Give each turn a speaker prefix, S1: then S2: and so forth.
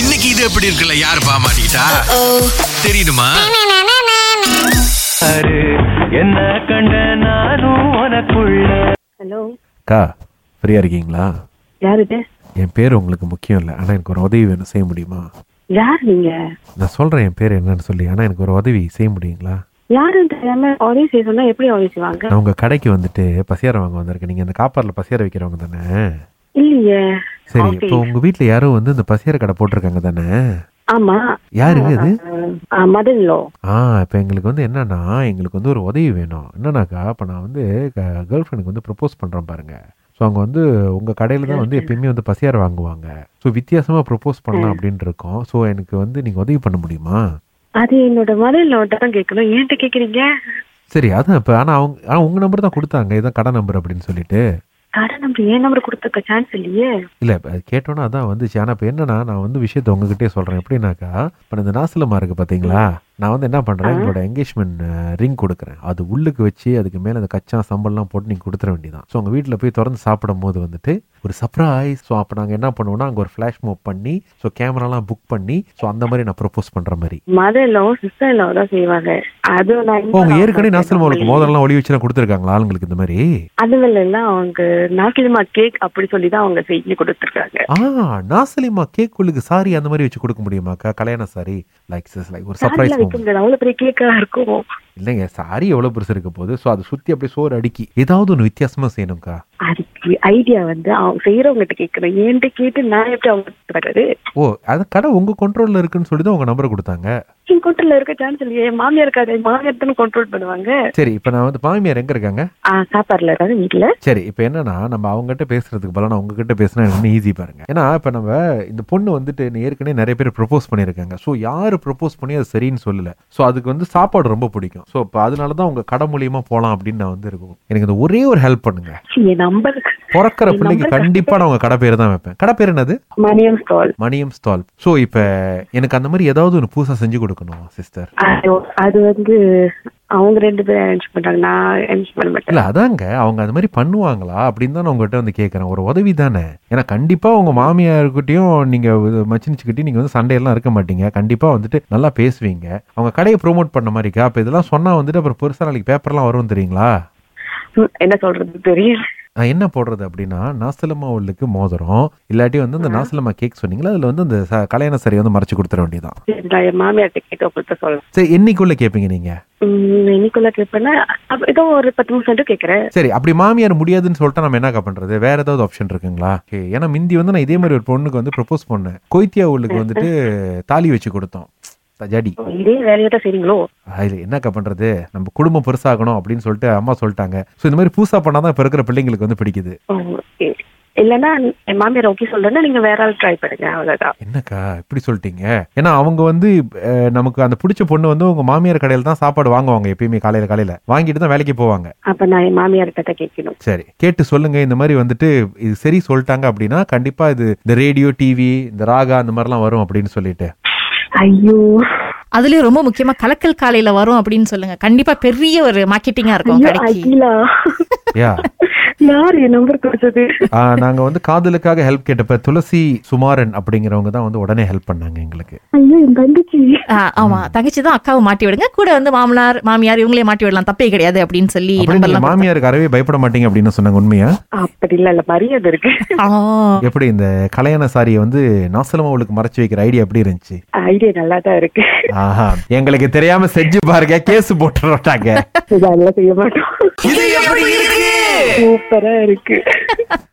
S1: இன்னைக்கு இது எப்படி இருக்குல்ல யாரு பாமாட்டா தெரியுமா
S2: என்ன கண்ட நானும் உனக்குள்ள
S3: ஹலோ
S4: அக்கா ஃப்ரீயாக இருக்கீங்களா
S3: யாருட்டு
S4: என் பேர் உங்களுக்கு முக்கியம் இல்லை ஆனால் எனக்கு ஒரு உதவி வேணும் செய்ய முடியுமா
S3: யார் நீங்க
S4: நான் சொல்கிறேன் என் பேர் என்னன்னு சொல்லி ஆனால் எனக்கு ஒரு உதவி செய்ய முடியுங்களா
S3: யாருன்னு தெரியாம ஆடியோ செய்ய சொன்னா எப்படி ஆடியோ செய்வாங்க
S4: நான் உங்கள் கடைக்கு வந்துட்டு பசியாரம் வாங்க வந்திருக்கேன் நீங்கள் இந்த காப்பாரில் பசியாரம் விற்கிறவங்க தானே
S3: இல்லையே
S4: சரி
S3: Okay.
S4: இப்போ உங்கள் வீட்டில் யாரோ வந்து இந்த பசியார கடை போட்டிருக்காங்க தானே
S3: ஆமா
S4: யாருங்க அது
S3: மதன்லோ
S4: ஆ இப்போ எங்களுக்கு வந்து என்னன்னா எங்களுக்கு வந்து ஒரு உதவி வேணும் என்னன்னாக்கா இப்போ நான் வந்து கேர்ள் ஃப்ரெண்டுக்கு வந்து ப்ரப்போஸ் பண்ணுறேன் பாருங்க ஸோ அவங்க வந்து உங்கள் கடையில் தான் வந்து எப்பயுமே வந்து பசியார் வாங்குவாங்க ஸோ வித்தியாசமாக ப்ரப்போஸ் பண்ணலாம் அப்படின்ட்டு இருக்கோம் ஸோ எனக்கு வந்து நீங்கள் உதவி பண்ண முடியுமா
S3: அது என்னோட மதன்லோட்ட தான் கேட்கணும் ஏன்ட்ட கேக்குறீங்க
S4: சரி அதான் இப்போ ஆனால் அவங்க ஆனால் உங்கள் நம்பர் தான் கொடுத்தாங்க இதுதான் கடை நம்பர் அப்படின்னு சொல்லிட்டு
S3: கடை நம்பர் ஏன் நம்பர் கொடுத்துருக்க சான்ஸ் இல்லையே
S4: இல்லை கேட்டோன்னா அதான் வந்துச்சு ஆனால் இப்போ என்னன்னா நான் வந்து விஷயத்தை உங்ககிட்டயே சொல்கிறேன் எப்படின்னாக்கா இப்போ இந்த நாசிலமா இருக்குது பார்த்தீங்களா நான் வந்து என்ன பண்ணுறேன் எங்களோட என்கேஜ்மெண்ட் ரிங் கொடுக்குறேன் அது உள்ளுக்கு வச்சு அதுக்கு மேலே அந்த கச்சா சம்பல்லாம் போட்டு நீங்கள் கொடுத்துற வேண்டியதான் ஸோ உங்கள் வீட்டில் போய் திறந்து சாப்பிடும் போது வந்துட்டு ஒரு சர்ப்ரைஸ் ஸோ அப்போ நாங்கள் என்ன பண்ணுவோம்னா அங்கே ஒரு ஃப்ளாஷ் மூவ் பண்ணி ஸோ கேமராலாம் புக் பண்ணி ஸோ அந்த மாதிரி நான் ப்ரப்போஸ் பண்ணுற மாதிரி
S3: மதன்லோ சிஸ்டர் இல்லாவ தான் செய்வாங்க அது நான்
S4: இப்போ
S3: இன்னும்
S4: அவங்க ஏற்கனவே நாசிலமாவுக்கு
S3: அவங்க-
S4: மோதல்லாம் ஒளி வச்சுலாம் கொடுத்துருக்காங்களா ஆளுங்களுக்கு இந்த மாதிரி
S3: அதுல எல்லாம் அவங்க நாக்கிலமா கேக் அப்படி சொல்லி தான் அவங்க செய்ய கொடுத்துருக்காங்க
S4: ஆ நாசிலிமா கேக் உள்ளுக்கு சாரி அந்த மாதிரி வச்சு கொடுக்க முடியுமாக்கா கல்யாண சாரி லைக் லைக் ஒரு
S3: சாரில
S4: சர்ப்ரைஸ்
S3: வைக்க முடியாது அவ்வளவு பெரிய கேக்கா இருக்கும்
S4: இல்லைங்க சாரி எவ்வளோ பெருசு இருக்க போகுது ஸோ அதை சுற்றி அப்படியே சோறு அடுக்கி ஏதாவது ஒன்று வித்தியாசமாக செய்யணும்க்கா
S3: அதுக்கு ஐடியா வந்து அவங்க செய்யறவங்ககிட்ட கேட்கணும் ஏன்ட்ட கேட்டு நான் எப்படி அவங்க வர்றது
S4: ஓ அது கடை உங்கள் கண்ட்ரோலில் இருக்குன்னு சொல்லி தான் உங்கள் நம்பரை கொடுத்தாங்க
S3: என் கண்ட்ரோல்ல இருக்க சான்ஸ் இல்லையே என் மாமியார் கடை மாமியார் தானே கண்ட்ரோல் பண்ணுவாங்க
S4: சரி இப்போ நான் வந்து மாமியார் எங்கே இருக்காங்க
S3: ஆ, சாப்பாடுல இருக்காது வீட்டுல
S4: சரி இப்போ என்னன்னா நம்ம அவங்ககிட்ட பேசுறதுக்கு பதிலா நான் உங்ககிட்ட பேசினா எனக்கு ஈஸி பாருங்க ஏன்னா இப்போ நம்ம இந்த பொண்ணு வந்துட்டு நீ ஏற்கனவே நிறைய பேர் ப்ரொப்போஸ் பண்ணியிருக்காங்க ஸோ யார் ப்ரொப்போஸ் பண்ணி அது சரின்னு சொல்லல ஸோ அதுக்கு வந்து சாப்பாடு ரொம்ப பிடிக்கும் ஸோ இப்போ அதனால தான் உங்கள் கடை மூலியமா போகலாம் அப்படின்னு நான் வந்து இருக்கும் எனக்கு இந்த ஒரே ஒரு ஹெல்ப் பண்ணுங்க
S3: என் நம்பர்
S4: பிறக்கிற பிள்ளைக்கு கண்டிப்பாக நான் உங்கள் கடை பேர் தான் வைப்பேன் கடை பேர் என்னது
S3: Maniyam stall
S4: Maniyam stall so இப்போ எனக்கு அந்த மாதிரி ஏதாவது ஒன்று புதுசாக செஞ்சு கொடுக்கணும் சிஸ்டர்
S3: அது வந்து அவங்க ரெண்டு பேரும் அரேஞ்ச் பண்றாங்க நான் அரேஞ்ச் பண்ண மாட்டேன்
S4: இல்லை அதாங்க அவங்க அந்த மாதிரி பண்ணுவாங்களா அப்படின்னு தான் நான் உங்கள்கிட்ட வந்து கேட்குறேன் ஒரு உதவி தானே ஏன்னா கண்டிப்பாக உங்கள் மாமியார்கிட்டையும் நீங்கள் மச்சினிச்சுக்கிட்டையும் நீங்கள் வந்து சண்டையெல்லாம் இருக்க மாட்டீங்க கண்டிப்பாக வந்துட்டு நல்லா பேசுவீங்க அவங்க கடையை ப்ரோமோட் பண்ண மாதிரிக்கா அப்போ இதெல்லாம் சொன்னால் வந்துட்டு அப்புறம் பெருசாக நாளைக்கு பேப்பர்லாம் வரும் தெரியுங்களா
S3: ம், என்ன சொல்றது தெரியல
S4: நான் என்ன போடுறது அப்படின்னா நாசலம்மா உள்ளுக்கு மோதிரம் இல்லாட்டி வந்து அந்த நாசலம்மா கேக் சொன்னீங்களா அதில் வந்து அந்த ச- கல்யாண சரியை வந்து மறைச்சு கொடுத்துட வேண்டியதான்
S3: சரி, நான் என் மாமியார்ட்ட கேட்க கொடுத்த சொல்றேன்
S4: சரி என்னைக்குள்ளே கேட்பீங்க நீங்கள்
S3: ம், இன்னைக்குள்ள கேட்பேன்னா அப்ப ஏதோ ஒரு பத்து நிமிஷம் மட்டும் கேட்கறேன்
S4: சரி அப்படி மாமியார் முடியாதுன்னு சொல்லிட்டு நம்ம என்னக்கா பண்றது வேற ஏதாவது ஆப்ஷன் இருக்குங்களா ஏ, ஏன்னா மிந்தி வந்து நான் இதே மாதிரி ஒரு பொண்ணுக்கு வந்து ப்ரப்போஸ் பண்ணேன் கொய்த்தியா உள்ளுக்கு வந்துட்டு தாலி வச்சு கொடுத்தோம் த- ஜடி
S3: இதே வேலையை தான் செய்றீங்களோ
S4: அது என்னக்கா பண்றது நம்ம குடும்பம் பெருசாகணும் அப்படின்னு சொல்லிட்டு அம்மா சொல்லிட்டாங்க ஸோ இந்த மாதிரி பூசா பண்ணாதான் இப்ப இருக்கிற பிள்ளைங்களுக்கு வந்து பிடிக்குது
S3: ஓகே இல்லைன்னா என் மாமியார் ஓகே சொல்றேன்னா நீங்க வேற ஆள் ட்ரை பண்ணுங்க அவ்வளவுதான்
S4: என்னக்கா இப்படி சொல்லிட்டீங்க ஏன்னா அவங்க வந்து அஹ், நமக்கு அந்த பிடிச்ச பொண்ணு வந்து உங்க மாமியார் கடையில் தான் சாப்பாடு வாங்குவாங்க எப்பயுமே காலையில காலையில வாங்கிட்டு தான் வேலைக்கு போவாங்க
S3: அப்ப நான் என் மாமியார்கிட்ட தான் கேட்கணும்
S4: சரி கேட்டு சொல்லுங்க இந்த மாதிரி வந்துட்டு இது சரி சொல்லிட்டாங்க அப்படின்னா கண்டிப்பா இது இந்த ரேடியோ டிவி இந்த ராகா அந்த மாதிரிலாம் வரும் அப்படின்னு சொல்லிட்டு
S3: ஐயோ
S5: அதுலயும் ரொம்ப முக்கியமா கலக்கல் காலையில வரும் அப்படின்னு சொல்லுங்க கண்டிப்பா பெரிய ஒரு மார்க்கெட்டிங்கா இருக்கும்
S3: ஐயோ
S5: கடைக்கு
S3: அகிலா
S4: யா
S3: யார் என் நம்பர் கொடுத்தது
S4: ஆ, நாங்க வந்து காதலுக்காக ஹெல்ப் கேட்டப்ப துளசி சுமாரன் அப்படிங்கிறவங்க தான் வந்து உடனே ஹெல்ப் பண்ணாங்க எங்களுக்கு
S3: ஐயோ என் தங்கச்சி
S5: ஆ, ஆமா தங்கச்சி தான் அக்காவை மாட்டி விடுங்க கூட வந்து மாமனார் மாமியார் இவங்களே மாட்டி விடலாம் தப்பே கிடையாது அப்படின்னு சொல்லி
S4: அப்படி
S5: number
S4: நீங்க
S5: எல்லாம் கொடுத்தாங்க.
S4: மாமியாருக்கு அறவே பயப்பட மாட்டீங்க அப்படின்னு சொன்னாங்க உண்மையா
S3: அப்படி இல்ல இல்ல மரியாதை இருக்கு
S5: ஆ,
S4: எப்படி இந்த கல்யாண சாரியை வந்து நாசலமாவுக்கு மறைச்சு வைக்கிற ஐடியா எப்படி இருந்துச்சு
S3: ஐடியா நல்லா தான் இருக்கு
S4: ஆஹா எங்களுக்கு தெரியாம செஞ்சு பாருங்க கேஸ் போட்டுட்டாங்க
S3: இதெல்லாம் செய்ய மாட்டோம்
S1: இது எப்படி இருக்கு
S3: சூப்பரா இருக்கு